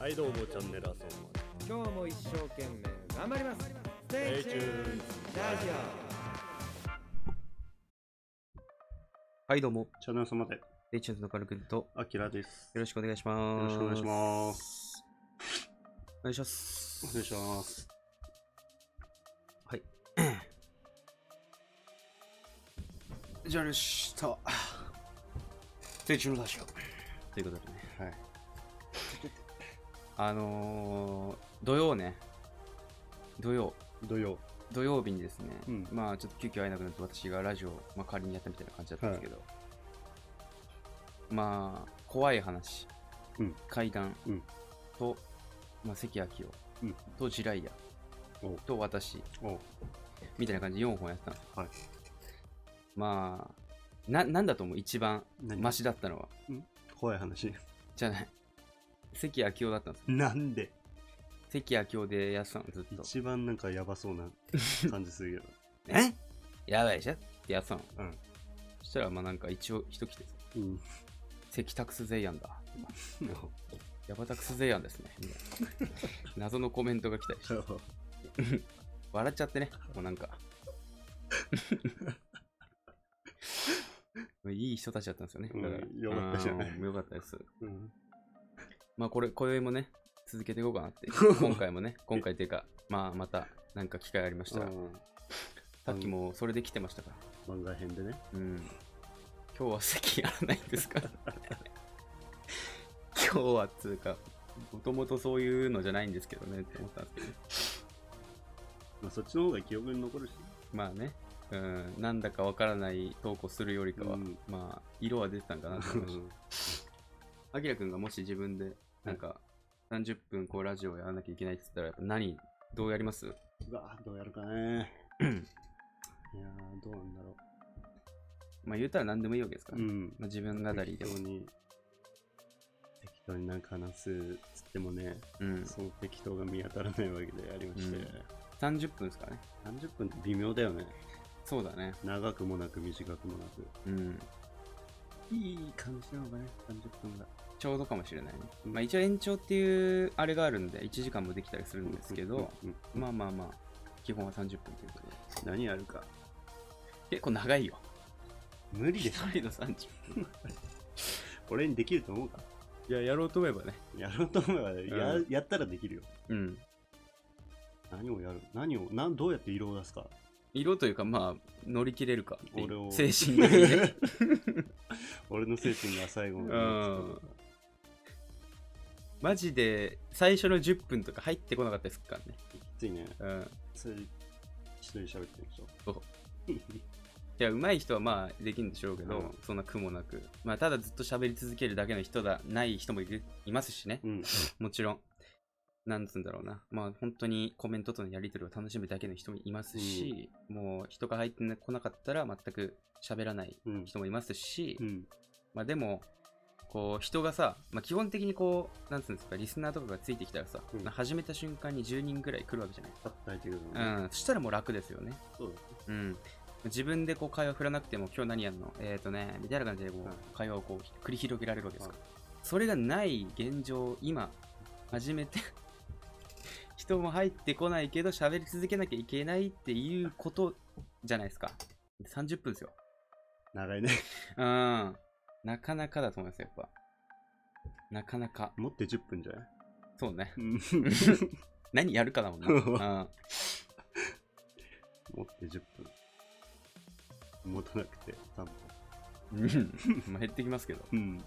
はいどうもチャンネルアソンマン今日も一生懸命頑張ります Stay Stay tuned. tuned ラジはい、どうも。チャンネル様でレイチューズのカルくんと、アキラですよろしくお願いします。。よろしくお願いしますお願いします。お願いしますはい。じゃあ、よしと。レイチューズラジオ。ということでね、はいあのー、土曜ね、土曜、土曜土曜日にですね、うんまあちょっと急遽会えなくなって私がラジオ、まあ、代わりにやったみたいな感じだったんですけど、まあ怖い話、うん怪談、うんと、まあ、関明夫、うんとジライヤおと私おうみたいな感じで4本やったんですよはいまあななんだと思う一番何マシだったのは怖い話 じゃない関明夫だったんですよなんで関明夫でやってたのずっと一番なんかやばそうな感じするえやばいでしょってやってたの、うんそしたらまあなんか一応人来てさけど うん関タクスゼイアンだ。ヤバタクスゼイアンですね。みたいな謎のコメントが来たりして、笑っちゃってね、もうなんか。いい人たちだったんですよね。うんだらよかったじゃないうんよかったです。うんまあこれ、今宵もね、続けていこうかなって。 今回もね、今回っていうか、まあまた、なんか機会ありましたら、うんさっきもそれで来てましたから。漫画編でねうん。今日は席やらないんですか 今日はっつうか、もともとそういうのじゃないんですけどねって思ったんですけど、まあそっちの方が記憶に残るしまあね、うん、なんだかわからない投稿するよりかは、うんまあ、色は出てたん かなと思いました。あきらくんがもし自分で、なんか、30分こうラジオやらなきゃいけないって言ったら、やっぱ何、どうやりますうわどうやるかねいやーどうなんだろまあ言うたら何でもいいわけですかうら、んまあ、自分語適りで当も。に適当になんか話すつってもね、うん、その適当が見当たらないわけでありまして、うん30分ですからね。 30分って微妙だよねそうだね。長くもなく短くもなくうん。いい感じなのかね30分がちょうどかもしれないね。うんまあ一応延長っていうあれがあるんで、1時間もできたりするんですけど、うんうんうんまあまあまあ、基本は30分ということで。何やるか結構長いよ。無理一でしょ人の30分。俺にできると思うかいや、やろうと思えばね。やろうと思えば、やうんやったらできるようん。何をやる何をなんどうやって色を出すか色というか、まあ、乗り切れるかっていう俺を精神的にね 俺の精神が最後までうんマジで、最初の10分とか入ってこなかったですからね。きついねうん。それ一人で喋ってるでしょ そういや、上手い人はまあ、できるんでしょうけど、うんそんな苦もなく。まあ、ただずっと喋り続けるだけの人だ、ない人もいるいますしね。うんもちろん、なんつうんだろうな、まあ本当にコメントとのやり取りを楽しむだけの人もいますし、もう人が入ってこなかったら全く喋らない うん人もいますし、うんまあでも、こう人がさ、まあ、基本的にこう、なんつうんですか、リスナーとかがついてきたらさ、うんまあ始めた瞬間に10人ぐらい来るわけじゃないですパッと入ってくるのか。うん、そしたらもう楽ですよね。そううん。自分でこう会話振らなくても今日何やるのえっ、ー、とね、みたいな感じでこはいう会話をこう繰り広げられるわけですからは。それがない現状、今、初めて 人も入ってこないけど喋り続けなきゃいけないっていうことじゃないですか。30分ですよ。長いねうん。なかなかだと思いますよ、やっぱ。なかなか。持って10分じゃないそうね。持何やるかだもんな。うんって10分持たなくて3分うん。まあ減ってきますけど。うんい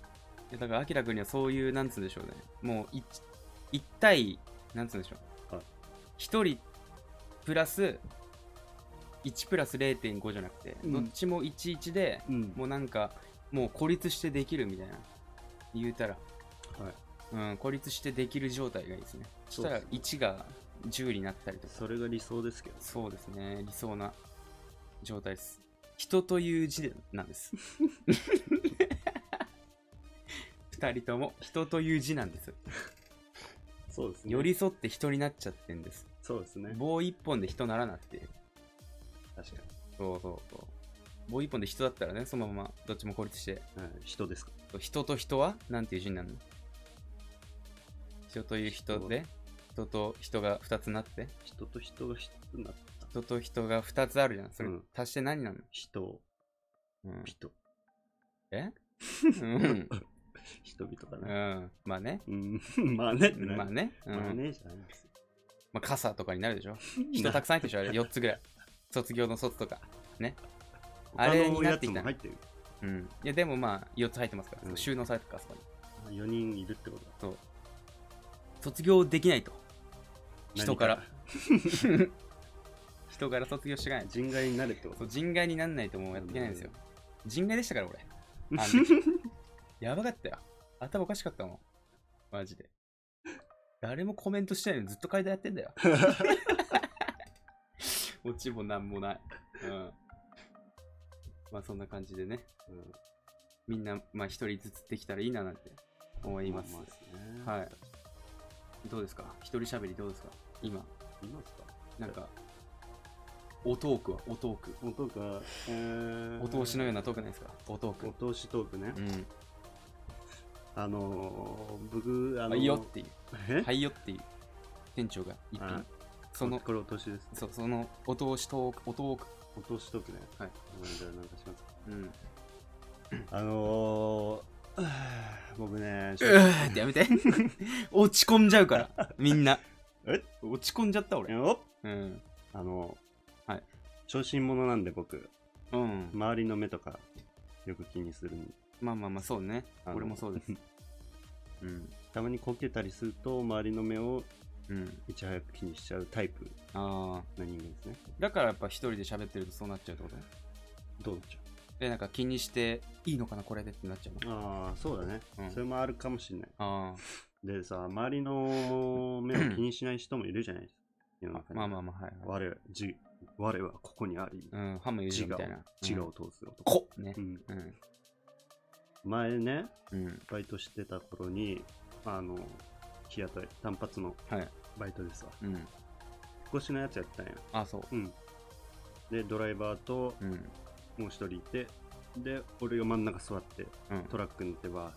やだから、アキラ君にはそういう、なんつうんでしょうね。もう、い一対、なんつうんでしょうはい。一人プラス、1プラス0.5じゃなくて、うんどっちも11で、うんもうなんか、もう孤立してできるみたいな。言うたら、はいうん、孤立してできる状態がいいですね。そしたらそうで1が10になったりとか。それが理想ですけどそうですね、理想な状態です。人という字な んです。二人とも人という字なんです。そうですね寄り添って人になっちゃってんです。そうですね棒一本で人ならなっていう。確かそうそうそう。棒一本で人だったらね、そのままどっちも孤立して。に、はい、人ですか人と人はなんていう字になるの人という人で、人と人が2つなって、人と人が人となった。人と人が2つあるじゃん。それうん足して何なの、人、 うん、人、えうん。人々かうな。ん。まあね。うん、 まあねってなまあね。ね。うん。まあまねじゃないです。あ傘とかになる でしょ。人たくさん入ってるでしょ、あれ。4つぐらい。卒業の卒とか。あれになってきた他のやつも入ってる。うん。いや、でもまあ、4つ入ってますから。うん収納されてるから、そこに。 4人いるってことだ。そう。卒業できないと。人から何。人から卒業していかないと。人外になれってこそとう人外になんないともうやっていけないんですよ。人外でしたから、俺。 あのやばかったよ。頭おかしかったもん。マジで。誰もコメントしてないのにずっと階段やってん だよ。オチもなんもない。うん。まあそんな感じでね、うんみんな、まあ一人ずつできたらいいななんて思います。まああねはい。どうですか一人喋りどうですか今、いますかなんか、おトークはおトーク。おトークは、えーお通しのようなトークないですかおトーク。お通しトークね。うん。あのー、僕、あのはー、いよっていう。えはいよっていう店長が言ってあるそのこれお通しです。そそのお通しトークおトークお通しトークね。はい。じゃあなんかしますか。うんあのー、 僕 ね、うーってやめて落ち込んじゃうからみんなえ落ち込んじゃった俺おうんあのー、はい。小心者なんで僕、うん周りの目とか、よく気にするんでまあまあまあそうねあの俺もそうです うんたまにこけたりすると、周りの目をうんいち早く気にしちゃうタイプああな人間ですね。だからやっぱ一人で喋ってるとそうなっちゃうってことどうでしょうえなんか気にしていいのかなこれでってなっちゃうのああ、そうだね、うんそれもあるかもしれない。あでさ、周りの目を気にしない人もいるじゃないですか。世の中あにまあまあまあはい、はい、我はじ我はここにあり、うんハムユージみたいな自我うんを通す男。こねうん、うん前ね、うんバイトしてた頃に、あの、日雇い、単発のはいバイトですわ。うん引っ越しのやつやったんや。あそううん。で、ドライバーとうんもう一人いて、で、俺が真ん中座って、うんトラックに乗ってバーッ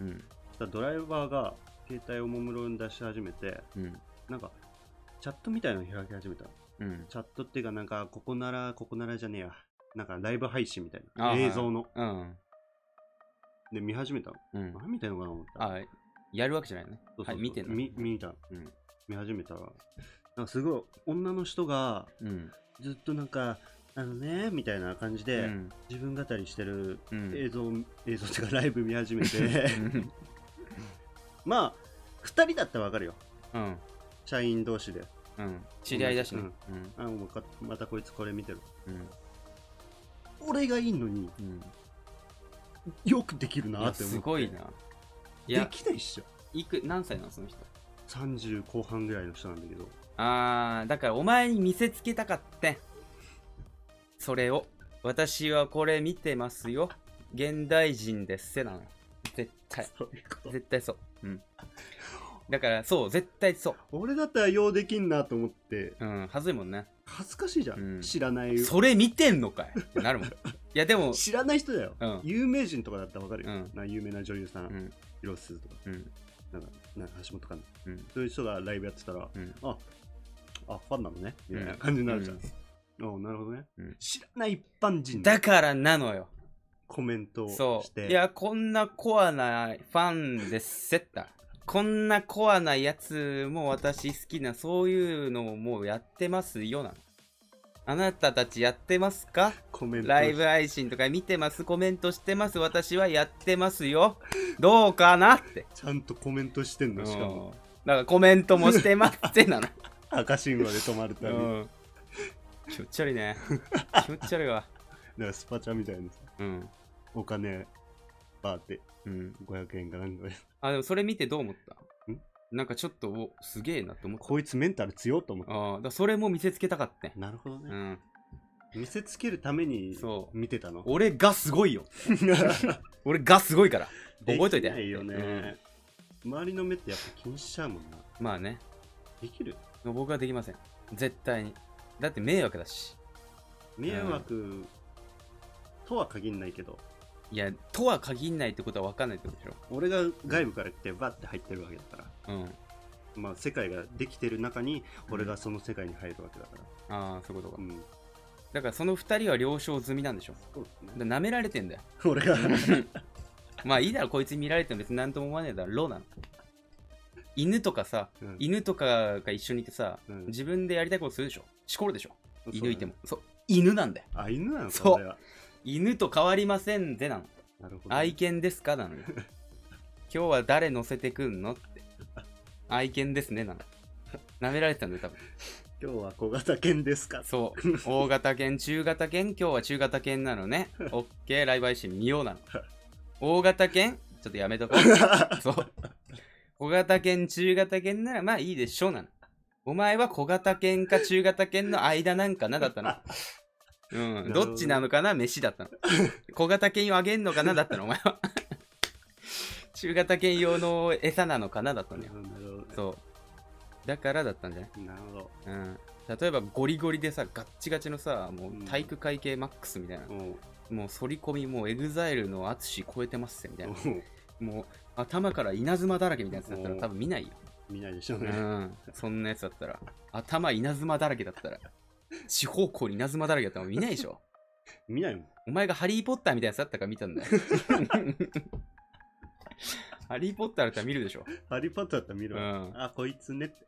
うんただドライバーが携帯をもむろに出し始めてうんなんかチャットみたいなの開き始めたのうんチャットっていうかなんかここならここならじゃねえやなんかライブ配信みたいあなー映像の、うんで見始めたのうん何見てんのかなと思ったあ、やるわけじゃないのね。そうそうそうはい、見てんの。み見たのうん。見始めたらなんかすごい女の人がうん。ずっとなんかあのねみたいな感じで、うん自分語りしてるうん。映像、映像っていうかライブ見始めてうん まあ2人だったらわかるようん。社員同士でうん。知り合いだしね。うんうん。あもうかまたこいつこれ見てるうん。俺がいいのにうん。よくできるいなやって思ってすごいな。いでや、きないっしょいく、何歳なのその人。 30後半ぐらいの人なんだけどあー、だからお前に見せつけたかって。それを。私はこれ見てますよ。現代人ですせなのよ。絶対。そういうこと絶対そう。うん。だから、そう、絶対そ俺だったらようできんなと思ってう。うん、はずいもんね。恥ずかしいじゃん、うん知らないそれ見てんのかいってなるもん。いや、でも、知らない人だよ、うん有名人とかだったらわかるよ、うんな有名な女優さん、うん、広瀬すずとかうん、なんかなんか橋本環奈うん。そういう人がライブやってたらうんああファンなのねみたいなうん感じになるじゃん、うおうなるほどね、うん知らない一般人のだからなのよ。コメントをそしう。ていや、こんなコアなファンですせった。 こんなコアなやつも私好きな、そういうのをもうやってますよなの。あなたたちやってますかコメントをライブ配信とか見てます、コメントしてます、私はやってますよ。どうかなって。ちゃんとコメントしてんのしかもうんだからコメントもしてますって なの。赤信号で止まるたび、だかうん気持ち悪い ね。気持ち悪いわ。らスパチャみたいなさうん。お金バーってうん。 500円かなんかであ、でもそれ見てどう思っんたなんかちょっと、おすげえなって思った。こいつメンタル強いと思ってああ、だからそれも見せつけたかったね。なるほどうね、ん。見せつけるためにそう見てたの俺がすご いよ。俺がすごいから。覚えといて。できないよね、周りの目ってやっぱ気にしちゃうもんなうんまあね。できる僕はできません。絶対に。だって迷惑だし。迷惑とは限んないけどいや、とは限んないってことは分かんないってことでし俺が外部から来てバッて入ってるわけだからょ。うん。まあ、世界ができてる中に俺がその世界に入るわけだから、ああそういうことかうん、だからその2人は了承済みなんでしょそうですねだなめられてんだよ俺がまあいいだろこいつ見られても別に何とも思わねえだろローなの犬とかさうん犬とかが一緒にいてさ、うん自分でやりたいことするでしょしこるでしょそう犬いてもそう犬なんだよあ犬なのそうか俺は犬と変わりませんぜなのなるほど愛犬ですかなのよ今日は誰乗せてくんのって愛犬ですねなのなめられてたんだよ多分今日は小型犬ですかそう大型犬中型犬今日は中型犬なのね OK ライブ配信見ようなの大型犬ちょっとやめとこ う そう小型犬中型犬ならまあいいでしょうなのお前は小型犬か中型犬の間なんかなだったのうんなるほどどっちなのかな飯だったの小型犬用あげんのかなだったのお前は 中型犬用の餌なのかなだったのようんなるほどねそうだからだったんじゃないなるほどうん、例えばゴリゴリでさガッチガチのさもう体育会系マックスみたいな、おうもう反り込みもうエグザイルの淳超えてますぜみたいなおうもう頭から稲妻だらけみたいなやつだったらおう多分見ないよ、見ないでしょううね、ん、そんなやつだったら頭稲妻だらけだったら四方向に稲妻だらけだったら見ないで しょ見ないもんお前がハリー・ポッターみたいなやつだったから見た んだよハリー・ポッターだったら見るでしょハリー・ポッターだったら見るわ、うんあこいつねって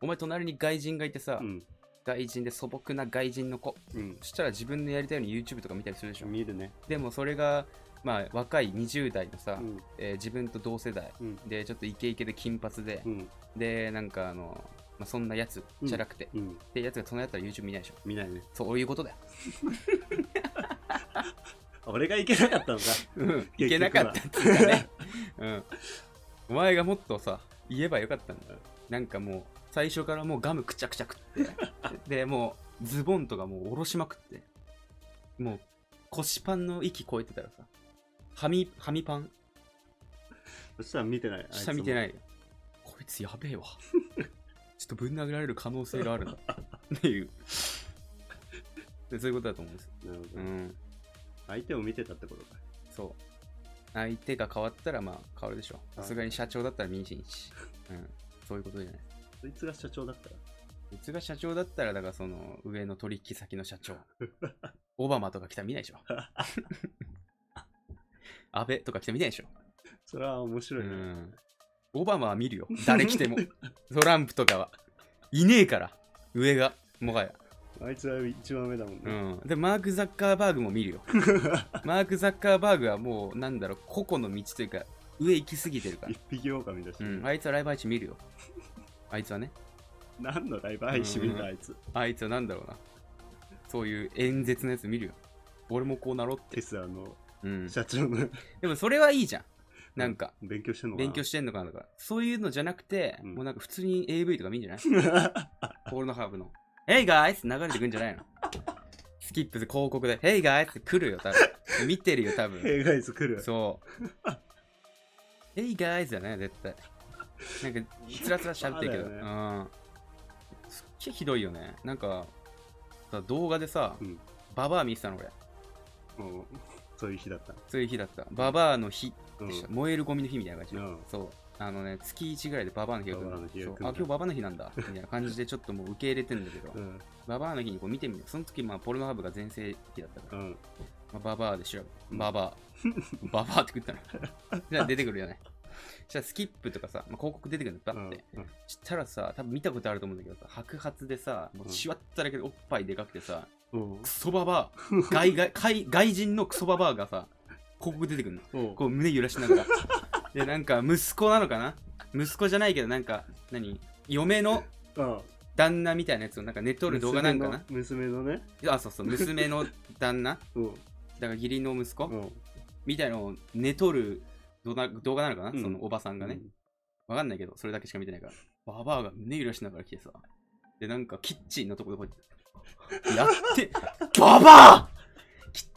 お前隣に外人がいてさ、うん外人で素朴な外人の子うんそしたら自分のやりたいように YouTube とか見たりするでしょ見るねでもそれが、まあ、若い20代のさ、うんえー自分と同世代うんでちょっとイケイケで金髪で、うんでなんかあの、まあ、そんなやつうんチャラくて、うんでやつが隣だったら YouTube 見ないでしょ見ないねそういうことだよ、俺がいけなかったのか うん、い結け局はなかったっていうかね、うん、お前がもっとさ言えばよかったんだよなんかもう最初からもうガムくちゃくちゃくってでもうズボンとかもう下ろしまくってもう腰パンの域超えてたらさはみはみパンそしたら見てない下見てないいこいつやべえわちょっとぶん殴られる可能性があるなっていうでそういうことだと思うんですなるほど、うん相手を見てたってことかそう相手が変わったらまあ変わるでしょあさすがに社長だったら民進一 うんそういうことじゃないそいつが社長だったらうちが社長だったらだからその上の取引先の社 長オバマとか来たら見ないで しょ安倍とか来たら見ないでしょそれは面白いね、うんオバマは見るよ。誰来て も。トランプとかは。いねえから。上が。もはや。あいつは一番目だもんうね、ん。で、マーク・ザッカーバーグも見るよ。 マーク・ザッカーバーグはもう、なんだろう、個々の道というか、上行き過ぎてるから一。匹狼だし、うん。あいつはライブ配信見るよ。あいつはね。何のライブ配信見うんたあいつあいつはなんだろうな。そういう演説のやつ見るよ。俺もこうなろうって。テスラのうん。社長の でもそれはいいじゃん。なんか、勉強してんのかな勉強してんのかなとか。そういうのじゃなくて、うんもうなんか普通に AV とか見 んじゃないポールのハーブの。Hey guys! 流れてくんじゃないのスキップで広告で。Hey guys! って来るよ、多分。見てるよ、多分。映画いつ来るそう。Hey guys! だね、絶対。なんか、つらつら喋ってるけど。そうだよねうん。すっげえひどいよね。なんか、さ動画でさ、うんババア見てたの俺。うんそういう日だったそういう日だった。ババアの日うんでした。燃えるゴミの日みたいな感じで。うんそう。あのね、月1ぐらいでババアの日が来るババアのの日が来そうるあ、今日ババアの日なんだ。みたいな感じでちょっともう受け入れてんだけど。うんババアの日にこう見てみる。その時、まあ、ポルノハブが全盛期だったかうら、んまあ、ババアで調べて、うんババア。 ババアって食ったの。じゃあ出てくるよね。じゃあスキップとかさ、まあ、広告出てくるの、バうんッて。したらさ、多分見たことあると思うんだけどさ、白髪でさ、もうしわったらけでおっぱいでかくてさ、うんクソババア、外外外外人のクソババアがさ、広告出てくるの。うんこう胸揺らしながら。で、なんか息子なのかな息子じゃないけど、なんか、何嫁のうん旦那みたいなやつをなんか寝とる動画なんかな娘の娘のねあ、そうそう、娘の旦那、うんだから義理の息子、うんみたいのを寝とる動画動画なのかな、うんそのおばさんがね。わかんないけど、それだけしか見てないから。ババアが胸揺らしながら来てさ。で、なんかキッチンのとこでこうやって。や って、ババア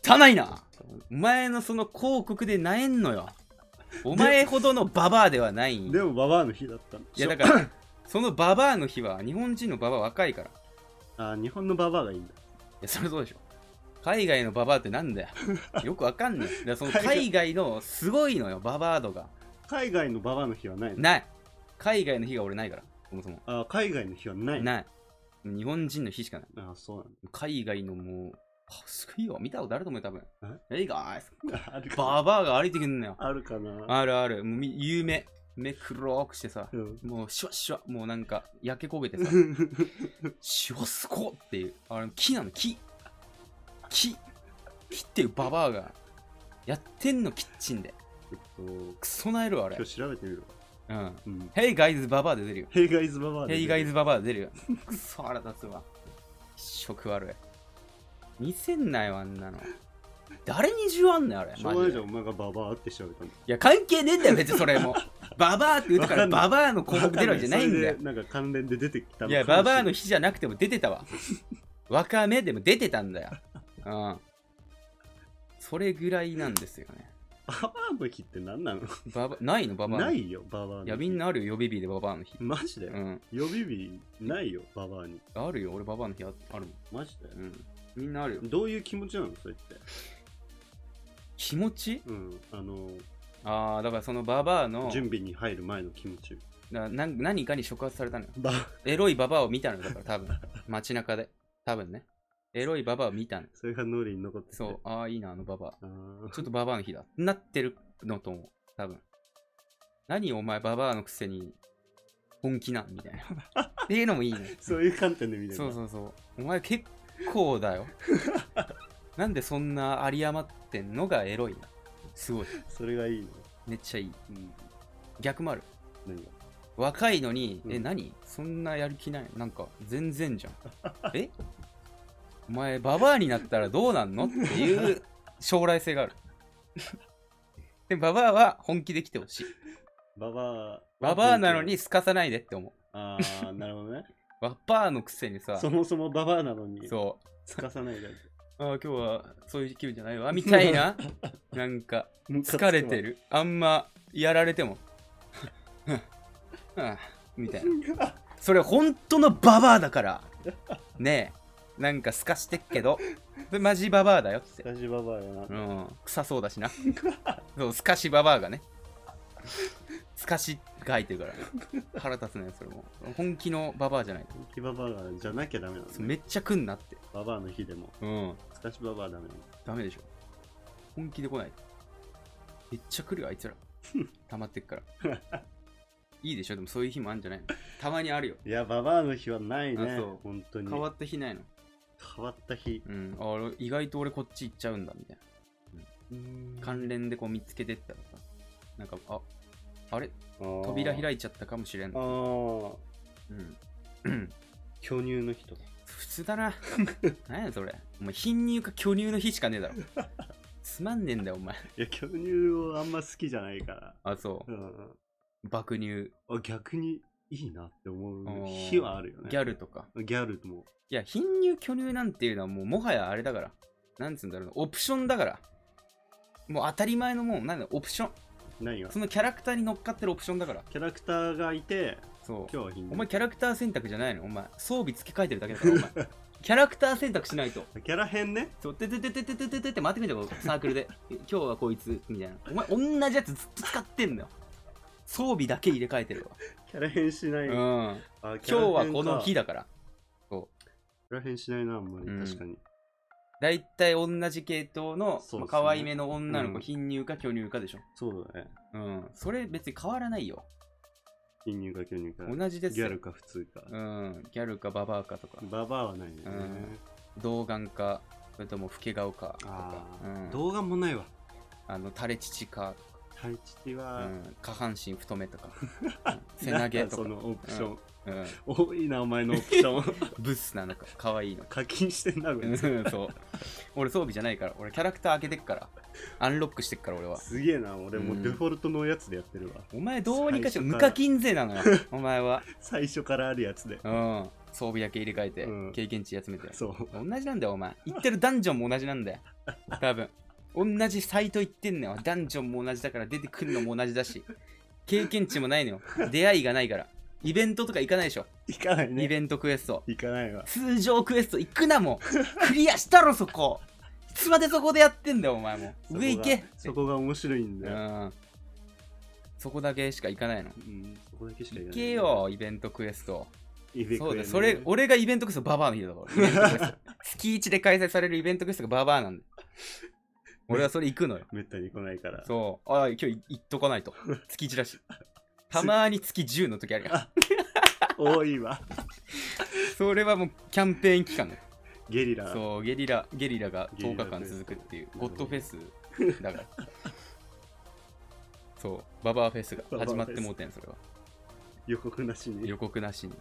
汚いなお前のその広告でなえんのよ。お前ほどのババアではないんうんよでもババアの日だったのいやだから、そのババアの日は日本人のババア若いから。いあ日本のババアがいいんだや、それそうでしょ。海外のババアってなんだよ。よくわかんない。だからその海外のすごいのよ、ババア度が。海外のババアの日はないのない。海外の日が俺ないから。そもそも。あ海外の日はない。ない。日本人の日しかない。あそうなん海外のもう、あすごいよ。見たことあると思うよ、多分。えいかだ。 あるかなババアが歩いてくんのよ。あるかなあるある。もうみ有名。目黒くしてさ。うん。もうシュワシュワ。もうなんか焼け焦げてさ。シュワすこっていう。あれ、木なの、木。木。木っていうババアが。やってんの、キッチンで。えっと、クソなえるわ、あれ今。日調べてみるわ。うん。うん。 Hey guys, ババアで出るよ。ヘイガイズババアで Hey guys, ババアで出るよ。クソ腹立つわ。一色悪い。見せんなよ、あんなの。誰に需要あんのよ、あれ。しょマうがないジじでゃん、お前がババアって調べたんだ。いや、関係ねえんだよ、別にそれ も。ババアって言うたか、わからんないババアの項目出るわけじゃないんだよそ。れでなんか関連で出てきたいや、ババアの日。日じゃなくても出てたわ。わかめでも出てたんだよ。うん。それぐらいなんですよね。ババアの日って何なのババないのババアのな日。いいよ、ババアの日。や、みん。なあるよ、予備日でババアの日。マジでうん。予備日ないよ、ババアに。あるよ、俺ババアの日ああるもマジでん。うん。みんなあるよ。どういう気持ちなのそれって。気持ちうん。あの、ああ、だからそのババアの準備に入る前の気持 ち。なな何かに触発されたのよ。バエロいババアを見たのよ、だから多分。 街中で。多分ね。エロいババアを見たの。それが脳裏に残っててそう、ああ、いいな、あのババア。あーちょっとババアの日だ。なってるのと思う。多分。何お前ババアのくせに本気なんみたいな。 っていうのもいいね。 そういう観点で見てるそうそうそう。お前結構だよ。 なんでそんな有り余ってんのがエロいな。すごい。それがいいの。めっちゃいい。うん。逆もある。何が若いのに、うんえ、何そんなやる気ないなんか全然 じゃん。えお前ババアになったらどうなんのっていう将来 性がある。で、ババアは本気で来てほしい。ババア。ババアなのに。すかさないでって思う。ああ、なるほどね。ババアのくせに さ、そもそもババアなのに、そすかさないだけ。う。ああ、今日はそういう気分じゃないわ。みたい な。なんか、疲れ てる。あんまやられて も。うんみたいな。それ本当のババアだから。ねえ。なんかすかしてっけど、それマジババアだよって。スカジババアやなう。ん。臭そうだしな。そう、すかしババアがね。すかしが入ってるから。腹立つね、それも。本気のババアじゃない。キババアがじゃなきゃダメなの、ね。めっちゃ来んなって。ババアの日でも、うん。スカジババアダメなの。ダメでしょ。本気で来ない。めっちゃ来るよ、あいつら。溜まってっから。いいでしょ、でもそういう日もあるんじゃないのたまにあるよ。いや、ババアの日はないあねそう。本当に。変わった日ないの。変わった日。うん。あ俺意外と俺こっち行っちゃうんだ、みたいな。関連でこう見つけてったらさ。なんか、あ、あれ扉い開いちゃったかもしれんあの。ーあー。うん。巨乳の日とか。普通だな。 何やそれ。お前、貧乳か巨乳の日しかねえだろ。つまんねえんだよ、お前。いや、巨乳をあんま好きじゃないから。あ、そうう。ん。爆乳、あ逆にいいなって思あーう日はあるよね。ギャルとか。ギャルも。いや、貧乳巨乳なんていうのはもうもはやあれだから。なんつうんだろうな、オプションだから。もう当たり前のもん、なんだ、オプション。何がそのキャラクターに乗っかってるオプションだから。キャラクターがいて、そう。今日は貧乳お前、キャラクター選択じゃないのお前、装備付け替えてるだけだから、お前。 キャラクター選択しないと。キャラ編ね。そう、ててててててててって待ってみてよ、サークルで。 え今日はこいつ、みたいな。お前、同じやつずっと使ってんのよ。装備だけ入れ替えてるわ。 キャラ編しない。うん。あ今今日はこの日だ。だから。キャラ編しないな、あんまり。うん確かに。だいたい同じ系統の、そうまであすね可愛めの女のう子、ん貧乳か巨乳かでしょ。そうだね。うん、それ別に変わらないよ。貧乳か巨乳か。同じですギよ。ャルか普通か。うん、ギャルかババアかとか、ババアはないねう。ん童顔か、それとも老け顔かとかあ、うあ、ん、動画もないわ。あの垂れ乳か、タイチテうは。ん、下半身太めとか、うん背投げ なとかんだそ、のオプション。うん、多いな、お前のオプション。 ブスなのか、可愛いのか。課金してんな、こうれんそう俺装備じゃないから俺キャラクター開けてっからアンロックしてっから俺はすげえな、俺もううんデフォルトのやつでやってるわ。お前どうにかしよう最初無から課金 税なのよお前は最初からあるやつで。うん装備だけ入れ替えて、うん経験値集めてそう。同じなんだよお前行ってるダンジョンも同じなんだよ多分同じサイト行ってんのよダンジョンも同じだから出てくるのも同じだし経験値もないのよ出会いがないからイベントとか行かないでしょ、行かないイね。ベントクエスト行かないわ。通常クエスト行くなもうクリアしたろそこいつまでそこでやってんだよお前もそこが上行けそこが面白いんうだよ。んそこだけしか行かないのうん、そここだけしかいない。行けよ、イベントクエスト。イベクエね。そうだ、それ、俺がイベントクエストババアの日だから。イベントクエス ト月1で開催されるイベントクエストがババアなんだよ。俺はそれ行くのよ。めったに来ないから。そう。ああ、今日行っとかないと。月1だし。たまに月10の時あるやん。多いわ。それはもうキャンペーン期間だよゲリラ。そう、ゲリラ、ゲリラがゲリ10ラ日フェス間続くっていう、ゴッドフェスだから。 そう、ババアフェスがババアフェス始まってもうてん、それは。予告なしに。予告なしに。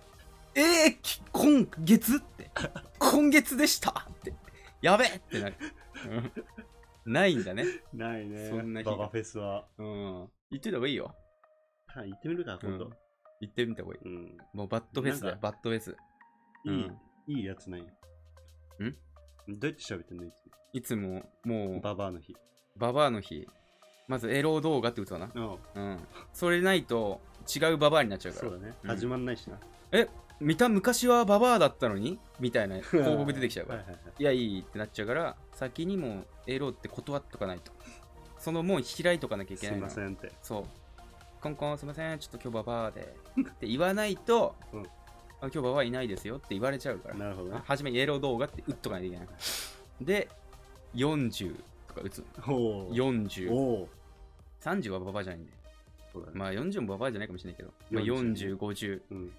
えー、き今月って、 今月でしたって、やべえってなる。うんないんだね。ないね。そんな日ババフェスは。うん。言ってた方がいいよ。はい、行ってみるか、今度。言ってみた方がいい。うん。もうバッドフェスだなよ、バッドフェス。いいうん、いいやつない。んどうやって喋ってんのいつもいつも、もう、ババアの日。ババアの日、まずエロ動画って打つわな。あうん。それないと、違うババアになっちゃうかそうら。だね。うん始まんないしな。見た昔はババアだったのにみた いな広告出てきちゃうからはいはいはいいやいいってなっちゃうから先にもうエロって断っとかないとそのもう開いとかなきゃいけすないいまのせんって。そうコンコンすいませんちょっと今日ババアでって言わないと、うんあ今日ババアいないですよって言われちゃうからなるほどねあ。初めにエロ動画って打っとかないといけないからで40とか打つおー4030おー。はババアじゃないんでそうだね。まあ40もババアじゃないかもしれないけど、まあ、 40 4050うん。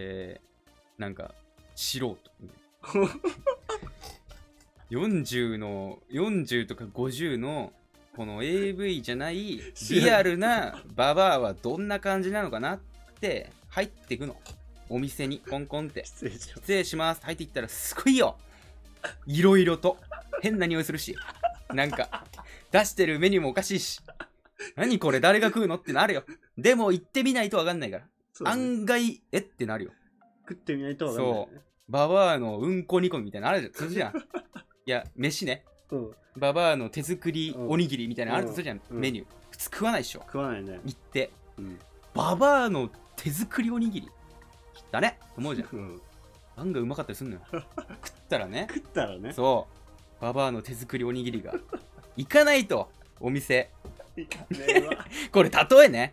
えー、なんか、素人。40の、40とか50の、この AV じゃない、リアルなババアはどんな感じなのかなって、入っていくの。お店に、コンコンって。失礼しま失礼します。入っていったら、すごいよいろいろと。変な匂いするし。なんか、出してるメニューもおかしいし。何これ誰が食うのってなるよ。でも行ってみないとわかんないから。す。あん案外、えってなるよ。食ってみないとわかんないね。ババアのうんこ煮込みみたいなのあるじゃん。するじゃん。いや、飯ね。うん。ババアの手作りおにぎりみたいなのあるとするじゃん。うんメニュー。普通食わないでしょ。食わないね。行って。うん。ババアの手作りおにぎり。だねと思うじゃ ん。うん案外うまかったりすんのよ。食ったらね。食ったらね。そう。ババアの手作りおにぎりが。行かないと。お店。いかねえ わこれ例えね。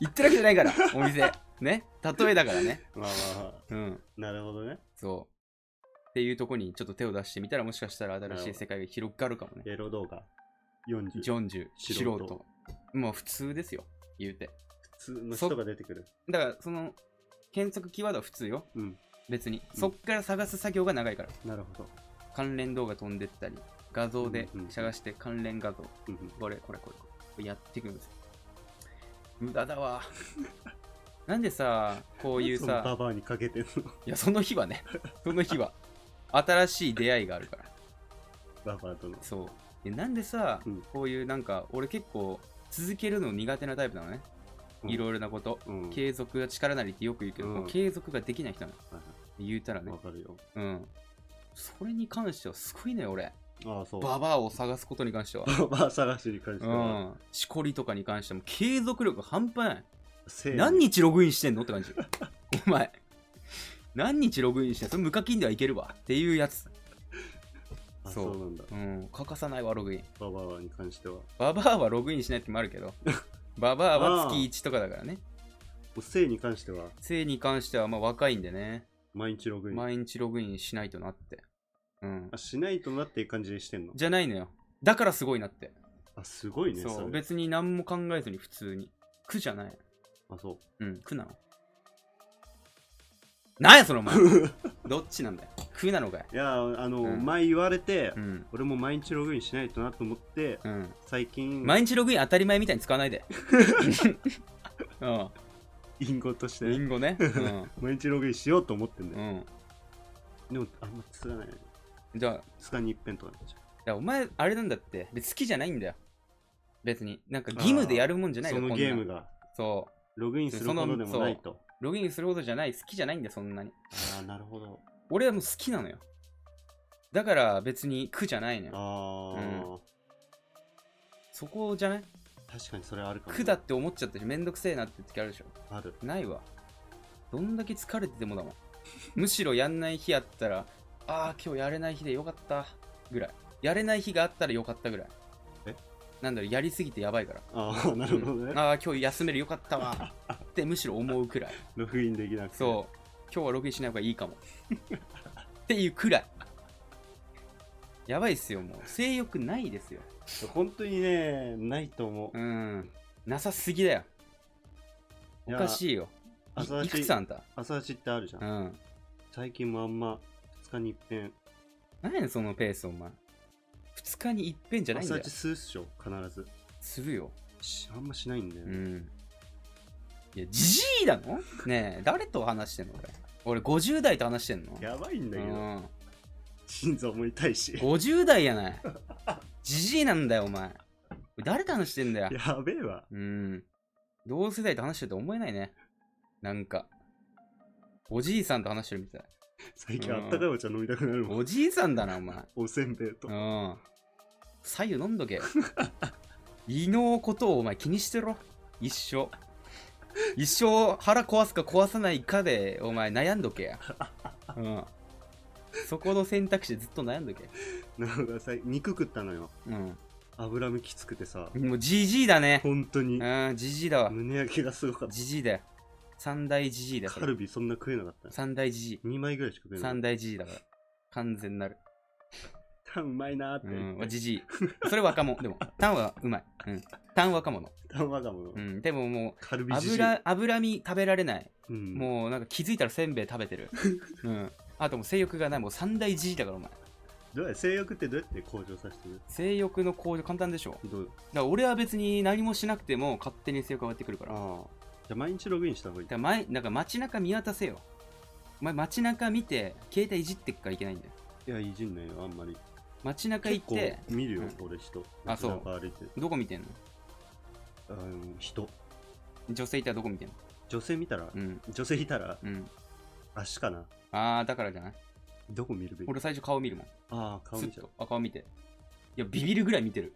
行ってるわけじゃないから。お店。ね。例えだからね。まあまあまあ、うん。なるほどね。そう。っていうとこにちょっと手を出してみたらもしかしたら新しい世界が広がるかもね。エロ動画。40。ジョンジュ、素素人人。もう普通ですよ、言うて。普通の人が出てくる。だから、その、検索キーワードは普通よ、うん。別に。うんそっから探す作業が長いから。なるほど。関連動画飛んでったり、画像でうんうん探して関連画像、うんうんこれ、これ、これ、これやっていくんですよ。無駄 だわ。なんでさ、こういうそのバさ、バアにかけてるの。 いや、その日はね、その日は、新しい出会いがあるから。ババアとの。そう。でなんでさ、うんこういうなんか、俺結構、続けるの苦手なタイプなのね。うんいろいろなこと。うん。継続が力なりってよく言うけど、うんもう継続ができない人なのはい言うたらはいねわ、かるよ。うん、それに関してはすごいね俺ああ、そう。ババアを探すことに関しては、ババア探しに関してうは。ん、しこりとかに関しても継続力半端ないせーの何日ログインしてんのって感じお前何日ログインしてんのそれ無課金ではいけるわっていうやつ、あそうそうなんだ。うん、欠かさないわログインババアに関しては。もババアはログインしないってもある けどババアは月1とかだからねう性に関しては、性に関してはまあ若いんでね毎日ログイン。毎日ログインしないとなってうんあしないとなっていう感じでしてんの。じゃないのよだからすごいなって、あ、すごいね、そそうれ。別に何も考えずに普通に苦じゃないあ、そう。うん苦なのなんやそのお 前どっちなんだよ苦なのかいいやー、あの、うん前言われて、うん俺も毎日ログインしないとなと思って、うん最近、毎日ログイン当たり前みたいに使わな いでうん隠語としてリね、ンゴ ねうん毎日ログインしようと思ってんだうよ。んでも、あんまつかない。じゃあだかつかに一遍とかになっちゃう。らお前あれなんだって別に好きじゃないんだよ別になんか義務でやるもんじゃないよそのこんゲなーんムが、そログインするほどでもないと。うログインすることじゃない好きじゃないんだよそんなにああ、なるほど。俺はもう好きなのよだから別に苦じゃないのよああ、そこじゃない確かにそれあるかもね。苦だって思っちゃったしめんどくせえなって時あるでしょある。ないわどんだけ疲れててもだもんむしろやんない日やったらああ今日やれない日でよかったぐらいやれない日があったらよかったぐらいえなんだろうやりすぎてやばいからああ、なるほどね。ああ今日休めるよかったわってむしろ思うくらいログインできなくて。そう今日はログインしない方がいいかも っていうくらいやばいっすよもう性欲ないですよ本当にね、ないと思う。うんなさすぎだよおかいや。しいよい朝い足くつあんた朝足ってあるじゃん。うん最近もあんま2日に一遍。何やねんそのペースお前2日にいっぺんじゃないん朝だよ足するっしょ、必ず。するよしあんましないんだようね。んいやじじいなのねえ誰と話してんの俺俺50代と話してんのやばいんだうけど、ん心臓も痛いし。 50代やないじじいなんだよお前誰と話してんだよやべえわ。うん。同世代と話してると思えないね。なんか。おじいさんと話してるみたい。最近あったかいお茶飲みたくなるもん。おじいさんだな、お前。おせんべいとう。ん。左右飲んどけ。胃のことをお前気にしてろ。一生。一生腹壊すか壊さないかで、お前悩んどけや。うん。そこの選択肢でずっと悩んどけ。なんかさ、肉食ったのよ。うん。脂身きつくてさ、もうじじいだね。本当にうん、じじいだわ。胸焼けがすごかっじじいだよ。三大じじいだた。よそカれ。ルビそんな食えなかった。三大じじい。 2枚ぐらいしか食えなか三っ大じじいだから。完全なる。た。うまいなーってう言んっ、て。じじい。それ若者。でも、タンはうまい。うん。タン若者。玉がものう。ん。でももカルう、ビじじい。油、脂身食べられない。うんもう、なんか気づいたらせんべい食べてる。うん。あともう性欲がない。もう三大じじいだから、お前。どうや性欲ってどうやって向上させてる性欲の向上簡単でしょ。だかどうら俺は別に何もしなくても勝手に性欲上がってくるから。だかああ。じゃあ毎日ログインした方がいい。ら前、なんか街中見渡せよ。お前街中見て、携帯いじってっからいけないんだよ。いや、いじんないよ、あんまり。街中行結っ構て、見るよ、う俺人。あそう街中歩いてる。どこ見てんのあの人。女性いたらどこ見てんの女性見たらう、ん。女性いたらうん。足かな。あー、だからじゃないどこ見るべき俺最初顔見るもん。ああ、顔ずっ見ちゃうと。あ顔見ていやビビるぐらい見てる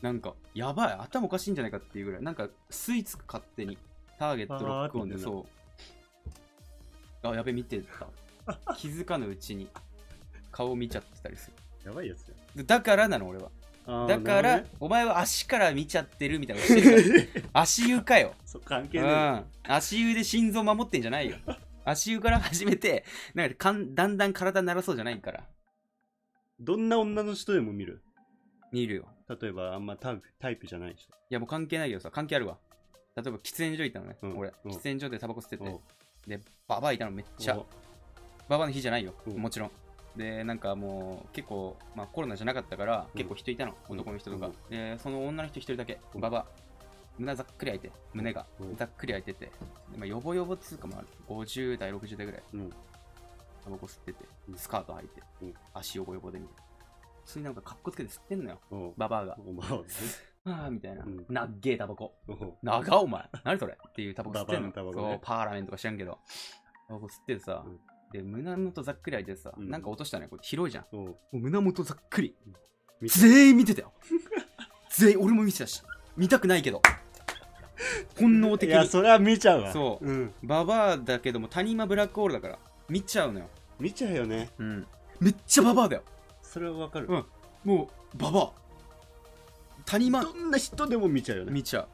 なんかやばい頭おかしいんじゃないかっていうぐらいなんか吸い付く勝手にターゲットロックオンであーそうあやべ見て た気づかぬうちに顔見ちゃってたりすやばいやつだよるだからなの俺はあーだかなら、るお前は足から見ちゃってるみたいなことほしてどるか ねら 足湯かよ、そう関う係ない。ん、足湯で心臓守ってんじゃないよ足湯から始めてなんかかんだんだん体慣らそうじゃないからどんな女の人でも見る。見るよ例えば、あんまタイプタイプじゃない人。いやもう関係ないけどさ、関係あるわ。例えば喫煙所いたのね、うん俺。うん喫煙所でタバコ吸っててお。で、ババアいたのめっちゃお。ババアの日じゃないよ、うんもちろん。で、なんかもう結構、まあ、コロナじゃなかったから、うん結構人いたの、うん男の人とか。で、その女の人一人だけ、うんババア。胸ざっくり開いて、胸がうんざっくり開いてて、でまあ、よぼよぼっつうか、まあ、50代、60代ぐらい、うんタバコ吸っててう、んスカート履いてうん、足よぼよぼでみたいな。それなんかかっこつけて吸ってんのよ、おババアが。おばあねああ、みたいなうん。なっげえタバコ。お 長お前何それっていうタバコ吸ってんのババアのタバコそねうパーラメンとか知らんけどタバコ吸っててさ、うんで胸元ざっくり開いてさ、うんなんか落としたねこれ広いじゃんおもう胸元ざっくり見て全員見てたよ 全員俺も見てたし見たくないけど本能い的や、にそれは見ちゃうわ。そううん。ババアだけども谷間ブラックホールだから見ちゃうのよ見ちゃうよね。うんめっちゃババアだよそれはわかるう。んもうババア谷間どんな人でも見ちゃうよね。見ちゃう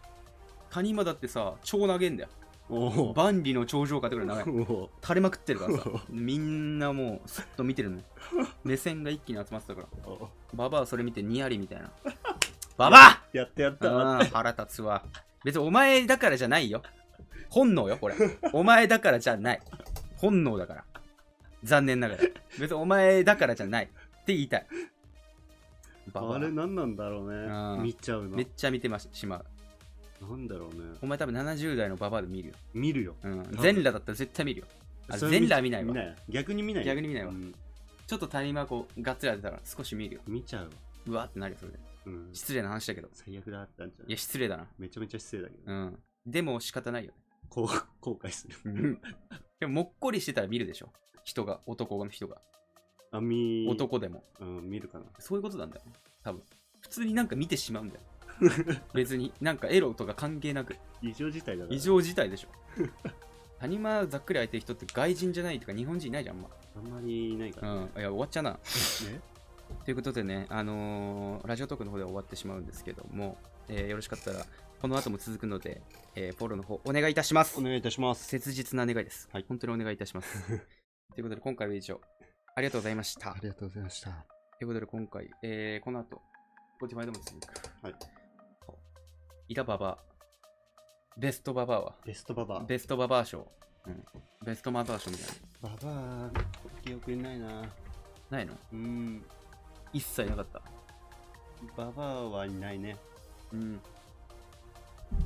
谷間だってさ超長げんだよお万里の頂上かってくらい長いお垂れまくってるから さみんなもうすっと見てるの目線が一気に集まってたからおババアそれ見てニヤリみ たいなババやってやったわ。アうん腹立つわ別にお前だからじゃないよ本能よこれお前だからじゃない本能だから残念ながら別にお前だからじゃないって言いたいババあアれ何なんだろううね。ん見ちゃうのめっ。ちゃ見てまししまうなんだろうね。お前多分70代のババアで見るよ、見るよ。うん、分全裸だったら絶対見るよあそれ全裸見ないわ見ない。逆に見ないよ。逆に見ないわうんちょっと谷間こうがっつり当てたら少し見るよ見ちゃうわ。うわーってなるよそれでうん。失礼な話だけど。最悪だったんじゃないいや、失礼だな。めちゃめちゃ失礼だけど、うん。でも仕方ないよこう 後悔する。ね。でも、もっこりしてたら見るでしょ。人が、男の人が。あみ男でも。うん、見るかな。そういうことなんだよね。多分。普通になんか見てしまうんだよ。別になんかエロとか関係なく。異常事態だから。異常事態でしょ。谷間ざっくり空いてる人って外人じゃないとか日本人いないじゃん、あんま。あんまりいないから。うん。いや、終わっちゃうな。ねということでね、あのーラジオトークの方では終わってしまうんですけども、えーよろしかったら、この後も続くので、えーフォローの方、お願いいたしますお。願いいたします。切実な願いです。はい本当にお願いいたしま す。ということで、今回は以上。ありがとうございました。りがとうございました。ということで、今回、えー、この後、Spotify でも続く。はい。いたババア。ベストババアは。ベストババア。ベストババア賞。うん。ベストマザー賞みたいババア、記憶にないな。な。ないのうん、一切なかった。ババアはいないね。うん。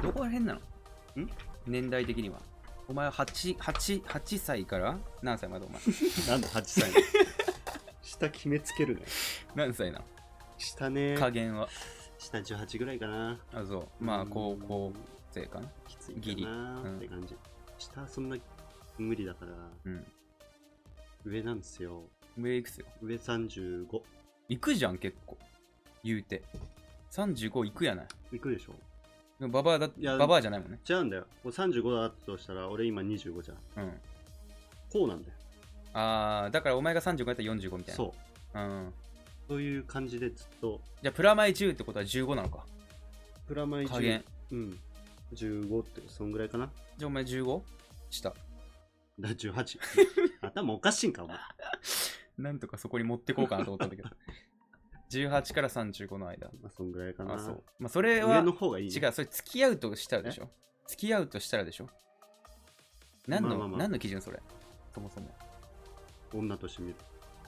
どこら辺なのん年代的には。お前は 8, 8, 8歳から何歳 までお前なんだ、8歳。 下決めつけるね。何歳なの下ね。加減は。下18ぐらいかな。あ、そう。まあ、うん高校生かな。きついかなギリうんーって感じ。下はそんな無理だから、うん。上なんですよ。上いくつよ。上35。行くじゃん、結構。言うて。35行くやない。いくでしょでもババアだ、いやババアじゃないもんね。違うんだよ。俺35だとしたら、俺今25じゃん。うん。こうなんだよ。ああ、だからお前が35やったら45みたいな。。そうう。うん。そういう感じでずっと、じゃあ、プラマイ10ってことは15なのか。プラマイ10加減。うん。15って、そんぐらいかな。じゃあ、お前 15? した。だ、18。頭おかしいんか、お前。なんとかそこに持ってこうかなと思ったんだけど。18から35の間。まあ、そんぐらいかな。あ、そう。まあ、それは、上の方がいい、ね。違う、それ付き合うとしたらでしょ。付き合うとしたらでしょ。何の、まあまあまあ何の基準それそもそも。女として見る。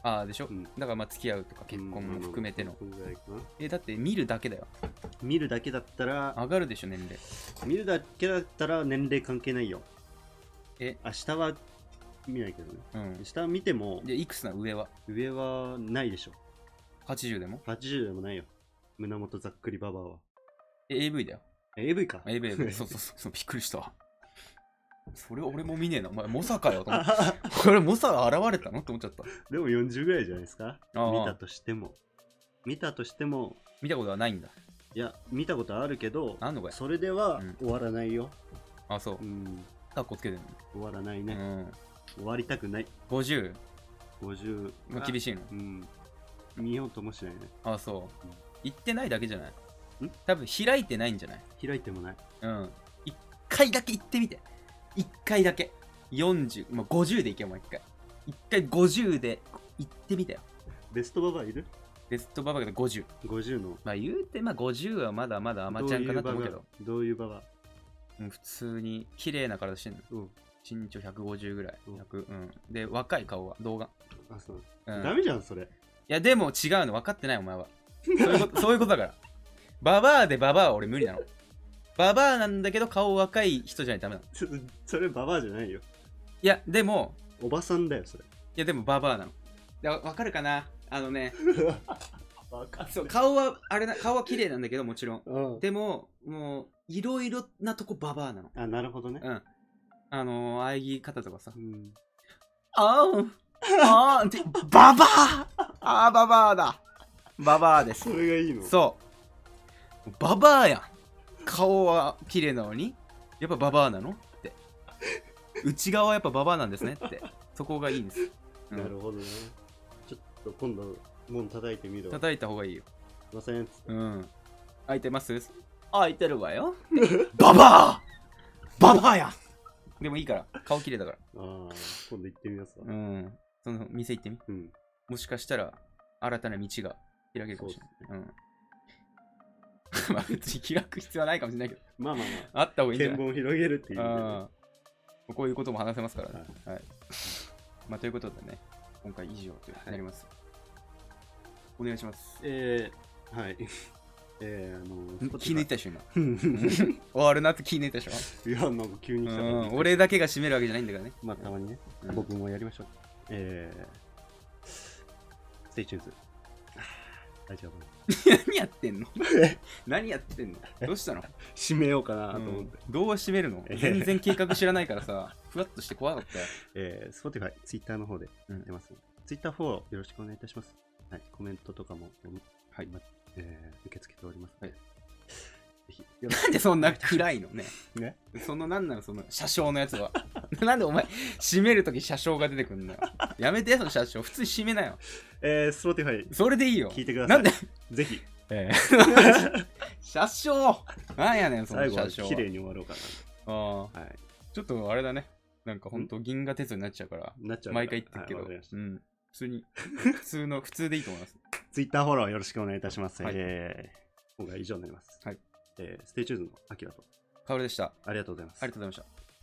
ああ、でしょ、うんだからまあ付き合うとか結婚も含めての。うんまあまあまあそんぐらいかえ、だって見るだけだよ。な見るだけだったら、上がるでしょ、年齢。見るだけだったら年齢関係ないよ。えあ、下は見ないけどね。うん。下見ても、で、いくつなの上は上はないでしょ。 ?80 でも80でもないよ。胸元ざっくりババアは。え ?AV だよ。え AV か。 AV、AV そうそうそうそう、びっくりしたわ。それ俺も見ねえな。お前、モサかよ。と思ってこれ、モサ現れたのって思っちゃった。でも40ぐらいじゃないですか。ああ見たとしても。見たとしても、見たことはないんだ。いや、見たことあるけど、なんのこれそれではうん終わらないよ。あ、そうう。ん、カッコつけてる終わらないの。ね、うん。終わりたくない。 50? 50。もう厳しいの。うん。見ようともしないね。あ、そううん。行ってないだけじゃないん多分開いてないんじゃない開いてもない。うん。一回だけ行ってみて。一回だけ。40、まあ、50で行けよ、もう一回。一回50で行ってみたよ。ベストババアいるベストババアが50。 ?50 の。まあ言うて、まあ50はまだまだアマちゃんかなと思うけど。どういうババアうん普通に綺麗な体してんの。どういう身長150ぐらい。うん100、うん。で、若い顔は、動画。ババアうん。あ、そう。うん。ダメじゃん、それ。 いや、でも違うの分かってない、お前は。そういうことそういうことだから。ババアでババアは俺無理なの。ババアなんだけど顔若い人じゃないとダメなの。そそれババアじゃないよ。いや、でも、おばさんだよ、それ。いや、でもババアなの。だ分かるかなあのね、バカそう、顔は、あれな、顔は綺麗なんだけど、もちろん。うん。でも、もう、いろいろなとこババアなの。あ、なるほどね。うん。あのー、喘ぎ方とかさう。ん。あーん。あーんって、ババアあー、ババアだ。ババアですそ。れがいいのそう。ババアやん。顔は綺麗なのに、やっぱババアなのって。内側はやっぱババアなんですねって。そこがいいんです。うんなるほどね。ちょっと今度、門叩いてみろ。叩いた方がいいよ。ません。つってうん。開いてます開いてるわよ。ババアババアやんでもいいから、顔綺麗だから。あー今度行ってみますわう。ん。その店行ってみ。うん。もしかしたら、新たな道が開けるかもしれない。うん。ま あ別に開く必要はないかもしれないけど、まあまあまあ。あった方がいいんじゃな見い聞を広げるっていう意味でね、ああこういうことも話せますからね。はい。まあ、ということでね、今回以上ということになります。お願いします。えー、はい。 えー、あのー、気抜いたでしょ、今。い終わるなって気抜いたでしょ。や、なんか急にう来たからん、俺だけが締めるわけじゃないんだからね。まあ、たまにね、うん僕もやりましょう。えー、ステイチューズ。大丈夫。何やって んの何やってんのどうしたの締めようかなとう思っんて。どう締めるのええ全然計画知らないからさ、ふわっとして怖かったよ。えー、Spotify、Twitter の方でやってます、ツイ Twitter フォローよろしくお願いいたします。はい、コメントとかも、はい、まえー、受け付けておりますので。はぜひ、よろしなんでそんな暗いのね。くね。 そのなんなのその車掌のやつは。なんでお前、締めるとき車掌が出てくんのよ。やめてよ、その車掌。普通に締めなよ。えー、スポティファイ、それでいいよ。聞いてくださいなんで、ぜひ、ええ 車掌なんやねん、その最後は車掌は。綺麗に終わろうかああな。はい。ちょっとあれだね。なんか本当銀河鉄道になっちゃうから、なっちゃうから毎回言ってるけはど、いわかりましたうん。普通に、普通の、普通でいいと思います。ツイッターフォローよろしくお願いいたします。はいえー今回は以上になります。はい。えー、ステイチューズのアキラと、カオルでした。あありがとうございますりが。とうございました。